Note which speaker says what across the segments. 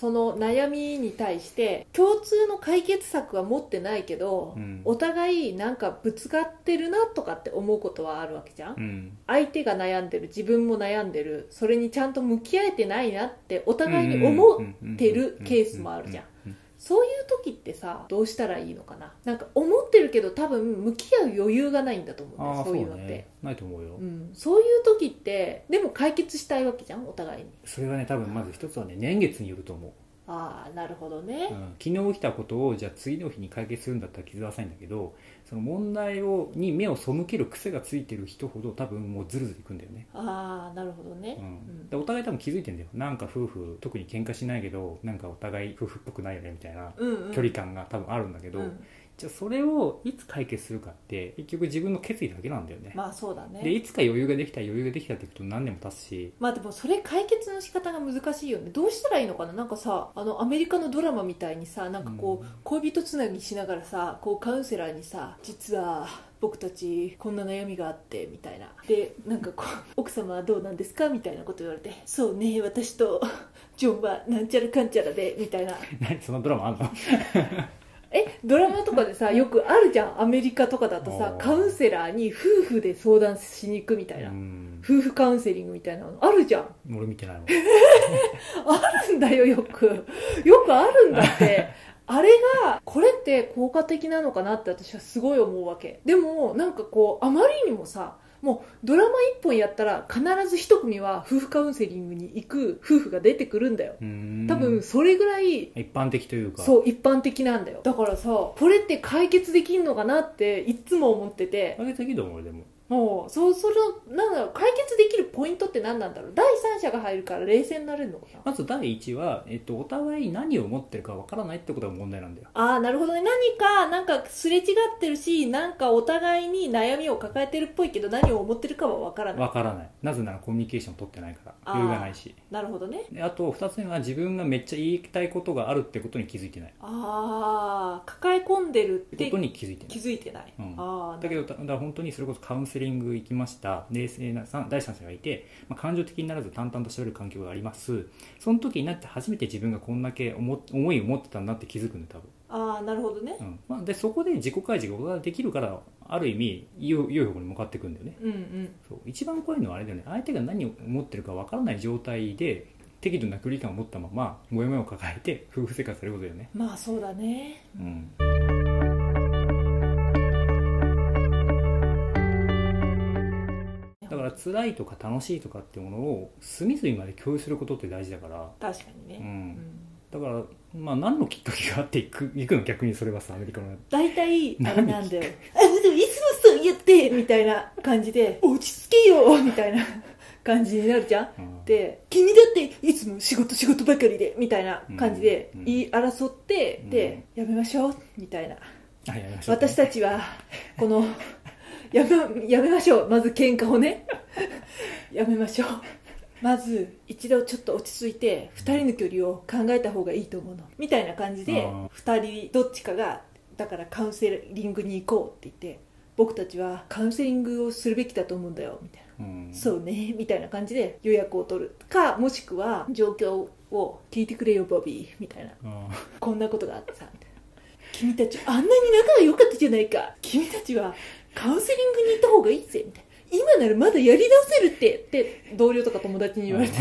Speaker 1: 悩みに対して共通の解決策は持ってないけど、
Speaker 2: うん
Speaker 1: お互いなんかぶつかってるなとかって思うことはあるわけじゃん、
Speaker 2: うん
Speaker 1: 相手が悩んでる自分も悩んでるそれにちゃんと向き合えてないなってお互いに思ってるケースもあるじゃん
Speaker 2: うん
Speaker 1: そういう時ってさどうしたらいいのかななんか思ってるけど多分向き合う余裕がないんだと思うんだ
Speaker 2: あ
Speaker 1: よ
Speaker 2: あ
Speaker 1: そ
Speaker 2: そうう
Speaker 1: いうのって
Speaker 2: ねないと思うよ、
Speaker 1: うん、そういう時ってでも解決したいわけじゃんお互いに
Speaker 2: それはね多分まず一つはね年月によると思う
Speaker 1: ああなるほど
Speaker 2: う
Speaker 1: ね、
Speaker 2: ん昨日起きたことをじゃあ次の日に解決するんだったら傷は浅いんだけどその問題をに目を背ける癖がついてる人ほど多分もうズルズルいくんだよね、
Speaker 1: ああなるほどね
Speaker 2: う、
Speaker 1: うん
Speaker 2: ん、でお互い多分気づいてんだよなんか夫婦特に喧嘩しないけどなんかお互い夫婦っぽくないよねみたいな
Speaker 1: うんうん、
Speaker 2: 距離感が多分あるんだけど、
Speaker 1: うん
Speaker 2: じゃあそれをいつ解決するかって結局自分の決意だけなんだよね、
Speaker 1: まあそうだね
Speaker 2: でいつか余裕ができた余裕ができたってこと何年も経つし
Speaker 1: まあでもそれ解決の仕方が難しいよねどうしたらいいのかななんかさあのアメリカのドラマみたいにさなんかこう、
Speaker 2: うん
Speaker 1: 恋人つなぎしながらさこうカウンセラーにさ実は僕たちこんな悩みがあってみたいなでなんかこう奥様はどうなんですかみたいなこと言われてそうね私とジョンはなんちゃらかんちゃらでみたいな
Speaker 2: 何そのドラマあんの
Speaker 1: えドラマとかでさよくあるじゃんアメリカとかだとさ
Speaker 2: あー
Speaker 1: カウンセラーに夫婦で相談しに行くみたいな、
Speaker 2: うん
Speaker 1: 夫婦カウンセリングみたいなのあるじゃん
Speaker 2: 俺見 てないもん
Speaker 1: あるんだ よよくよくあるんだってあれがこれって効果的なのかなって私はすごい思うわけでもなんかこうあまりにもさもうドラマ1本やったら必ず1組は夫婦カウンセリングに行く夫婦が出てくるんだよ
Speaker 2: うん
Speaker 1: 多分それぐらい
Speaker 2: 一般的というか
Speaker 1: そう一般的なんだよだからさこれって解決できんのかなっていつも思ってて
Speaker 2: あげてきども俺でも
Speaker 1: もうそうそれをなんだろう解決できるポイントって何なんだろう第三者が入るから冷静になれるのかな
Speaker 2: まず第一は、えっと、お互い何を持ってるかわからないってことが問題なんだよ
Speaker 1: ああなるほどね何かなんかすれ違ってるしなんかお互いに悩みを抱えてるっぽいけど何を思ってるかは分からない
Speaker 2: わからないなぜならコミュニケーション取ってないから
Speaker 1: あー
Speaker 2: 余裕がないし
Speaker 1: なるほどね
Speaker 2: であと二つ目は自分がめっちゃ言いたいことがあるってことに気づいてない
Speaker 1: ああ抱え込んでるっ
Speaker 2: って
Speaker 1: て
Speaker 2: ことに気づいてない
Speaker 1: 気づいてない、
Speaker 2: うん
Speaker 1: ああ
Speaker 2: だけどだだから本当にそれこそカウンセリング行きました冷静なさん第三者がいて、まあ、感情的にならず淡々と喋る環境がありますその時になって初めて自分がこんだけ思思いを持ってたんだって気づくんだよ多分
Speaker 1: ああなるほどね
Speaker 2: うんまあ、でそこで自己開示がお互いできるからある意味良い良い方向に向かっていくんだよね
Speaker 1: うんうん
Speaker 2: そう一番怖いのはあれだよね相手が何を思ってるか分からない状態で適度な距離感を持ったままモヤモヤを抱えて夫婦生活することだよね、
Speaker 1: まあそうだね
Speaker 2: うん、だから辛いとか楽しいとかってものを隅々まで共有することって大事だから、
Speaker 1: 確かにね、
Speaker 2: う
Speaker 1: うん
Speaker 2: ん、だから、まあ、何のきっかけがあっていくいくの逆にそれはさアメリカの
Speaker 1: 大体あ
Speaker 2: 何
Speaker 1: れなんだよ「あでもいつもそう言って」みたいな感じで「落ち着けよ」みたいな感じになるじゃん
Speaker 2: うん
Speaker 1: で君だっていつも仕事仕事ばかりでみたいな感じで
Speaker 2: うん
Speaker 1: 言い争って、
Speaker 2: うん
Speaker 1: でやめましょうみたいな、
Speaker 2: あやめましょう
Speaker 1: 私たちはこのやめやめましょうまず喧嘩を ねやめましょうまず一度ちょっと落ち着いて2人の距離を考えた方がいいと思うのみたいな感じで
Speaker 2: うん
Speaker 1: 2人どっちかがだからカウンセリングに行こうって言って僕たちはカウンセリングをするべきだと思うんだよみたいな。
Speaker 2: うん、
Speaker 1: そうねみたいな感じで予約を取るかもしくは状況を聞いてくれよボビーみたいな
Speaker 2: うん
Speaker 1: こんなことがあってさみたいな君たちあんなに仲が良かったじゃないか君たちはカウンセリングに行った方がいいぜみたいな今ならまだやり直せるってって同僚とか友達に言われて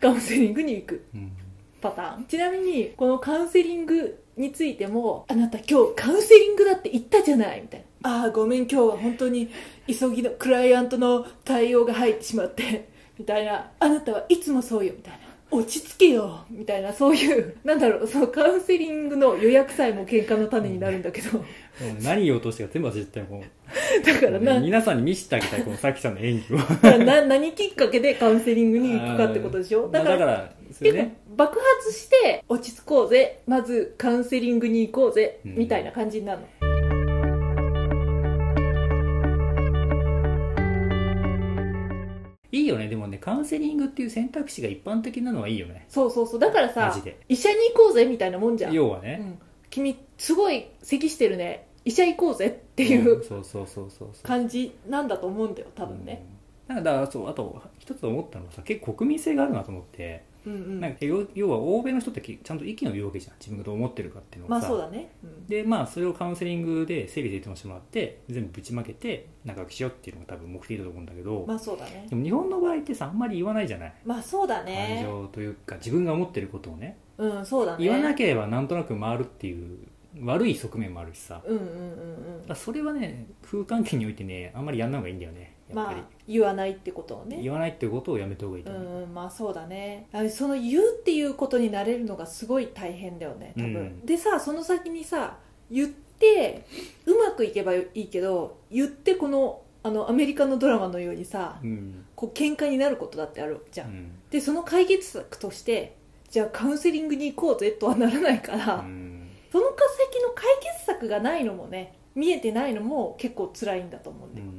Speaker 1: カウンセリングに行く
Speaker 2: うん
Speaker 1: パターンちなみにこのカウンセリングについてもあなた今日カウンセリングだって言ったじゃないみたいなああごめん今日は本当に急ぎのクライアントの対応が入ってしまって みたいなあなたはいつもそうよみたいな落ち着けよみたいなそういうなんだろうそのカウンセリングの予約さえも喧嘩の種になるんだけど
Speaker 2: もう何言おうとしてか全部忘れてたよもう
Speaker 1: だからな
Speaker 2: 皆さんに見せてあげたいこのさきちゃんの演技を
Speaker 1: な何きっかけでカウンセリングに行くかってことでしょ
Speaker 2: だからだからそれね
Speaker 1: 爆発して落ち着こうぜまずカウンセリングに行こうぜ、
Speaker 2: うん
Speaker 1: みたいな感じになるの
Speaker 2: いいよねでもねカウンセリングっていう選択肢が一般的なのはいいよね
Speaker 1: そうそうそうだから
Speaker 2: マ
Speaker 1: さ
Speaker 2: ジで
Speaker 1: 医者に行こうぜみたいなもんじゃん、う
Speaker 2: 要はね、
Speaker 1: ん、君すごい咳してるね医者行こうぜってい
Speaker 2: ん
Speaker 1: う
Speaker 2: そうそうそうそうそう
Speaker 1: 感じなんだと思うんだよ多分ね、
Speaker 2: うんなんかだからそうあと一つ思ったのはさ結構国民性があるなと思って
Speaker 1: うんうん
Speaker 2: なんか要要は欧米の人ってきちゃんと意見を言うわけじゃん自分がどう思ってるかっていうのを
Speaker 1: ま
Speaker 2: さ、
Speaker 1: あそうだね、うん
Speaker 2: でまあそれをカウンセリングで整理整頓してもらって全部ぶちまけて仲良くしようっていうのが多分目的だと思うんだけど、
Speaker 1: まあそうだね
Speaker 2: でも日本の場合ってさあんまり言わないじゃない、
Speaker 1: まあそうだね
Speaker 2: 感情というか自分が思ってることをね
Speaker 1: うんそうだね
Speaker 2: 言わなければなんとなく回るっていう悪い側面もあるしさだか
Speaker 1: うんうんうんうん
Speaker 2: らそれはね空間圏においてねあんまりやんない方がいいんだよねやっ
Speaker 1: ま
Speaker 2: ぱり、
Speaker 1: あ言わないってことをね
Speaker 2: 言わないってことをやめた方がいいうと思う、
Speaker 1: んうんまあそうだねあその言うっていうことになれるのがすごい大変だよね多分、
Speaker 2: うん
Speaker 1: でさその先にさ言ってうまくいけばいいけど言ってこのあのアメリカのドラマのようにさ
Speaker 2: うん
Speaker 1: こう喧嘩になることだってあるじゃ、
Speaker 2: うんん
Speaker 1: でその解決策としてじゃあカウンセリングに行こうぜとはならないから、
Speaker 2: うん
Speaker 1: その先の解決策がないのもね見えてないのも結構辛いんだと思うん
Speaker 2: う
Speaker 1: で、
Speaker 2: ん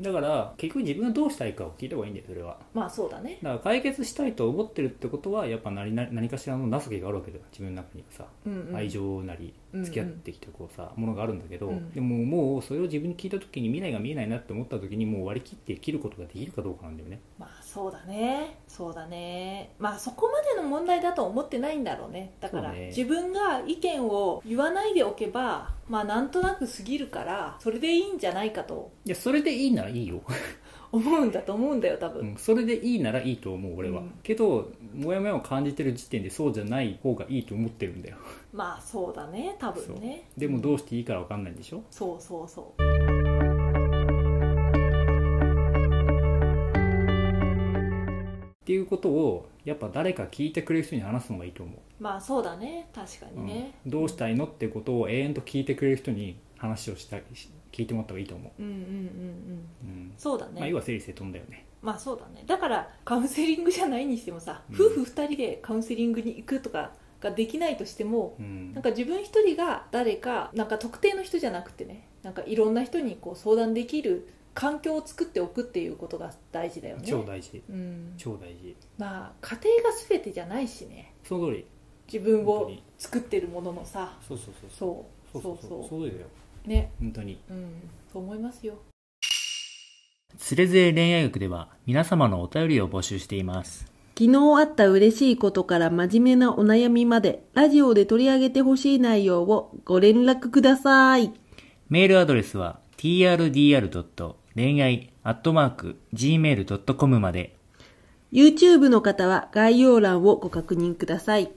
Speaker 2: だから結局自分がどうしたいかを聞いた方がいいんだよそれは
Speaker 1: まあそうだね
Speaker 2: だから解決したいと思ってるってことはやっぱ何な何かしらの情けがあるわけだよ自分の中にはさ、
Speaker 1: うんうん
Speaker 2: 愛情なり
Speaker 1: うんうん
Speaker 2: 付き合ってきたこうさ、ものがあるんだけど、
Speaker 1: うん
Speaker 2: でももうそれを自分に聞いた時に未来が見えないなって思った時にもう割り切って切ることができるかどうかなんだよね
Speaker 1: まあそうだねそうだねまあそこまでの問題だと思ってないんだろうねだから、
Speaker 2: そうね
Speaker 1: 自分が意見を言わないでおけばまあなんとなく過ぎるからそれでいいんじゃないかと
Speaker 2: いやそれでいいならいいよ、
Speaker 1: 思うんだと思うんだよ多
Speaker 2: う
Speaker 1: 分、
Speaker 2: ん、それでいいならいいと思う俺は、
Speaker 1: うん
Speaker 2: けどモヤモヤを感じてる時点でそうじゃない方がいいと思ってるんだよ
Speaker 1: まあそうだね多分ね
Speaker 2: でもどうしていいから分かんないんでしょ
Speaker 1: そうそうそう
Speaker 2: っていうことをやっぱ誰か聞いてくれる人に話すのがいいと思う
Speaker 1: まあそうだね確かにね、
Speaker 2: うん、どうしたいのってことを永遠と聞いてくれる人に話をしたいし聞いてもらった方がいいと思
Speaker 1: うんうんうんうん
Speaker 2: う、うん
Speaker 1: そうだね、
Speaker 2: まあ、要は整理整頓だよね
Speaker 1: まあそうだねだからカウンセリングじゃないにしてもさ、
Speaker 2: うん
Speaker 1: 夫婦2人でカウンセリングに行くとかができないとしても
Speaker 2: うん
Speaker 1: なんか自分1人が誰かなんか特定の人じゃなくてねなんかいろんな人にこう相談できる環境を作っておくっていうことが大事だよね
Speaker 2: 超大事
Speaker 1: うん、
Speaker 2: 超大事
Speaker 1: まあ家庭が全てじゃないしね
Speaker 2: その通り
Speaker 1: 自分
Speaker 2: 本当
Speaker 1: を
Speaker 2: に
Speaker 1: 作ってるもののさ
Speaker 2: そうそうそう
Speaker 1: そうそうそう
Speaker 2: そうそうだよ
Speaker 1: ね
Speaker 2: 本当に
Speaker 1: うんそう思いますよ
Speaker 2: つれづれ恋愛学では皆様のお便りを募集しています
Speaker 3: 昨日あった嬉しいことから真面目なお悩みまで、ラジオで取り上げてほしい内容をご連絡ください。
Speaker 2: メールアドレスは trdr. 恋愛 .gmail.com まで
Speaker 3: YouTube の方は概要欄をご確認ください。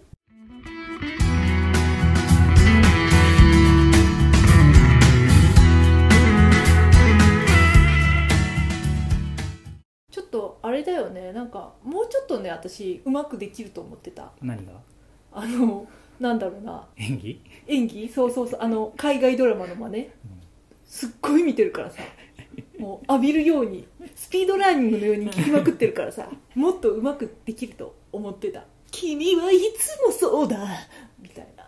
Speaker 1: ちょっとあれだよねなんかもうちょっとね私うまくできると思ってた
Speaker 2: 何が
Speaker 1: あのなんだろうな
Speaker 2: 演技
Speaker 1: 演技そうそうそうあの海外ドラマの真似すっごい見てるからさもう浴びるようにスピードラーニングのように聞きまくってるからさもっとうまくできると思ってた「君はいつもそうだ」みたいな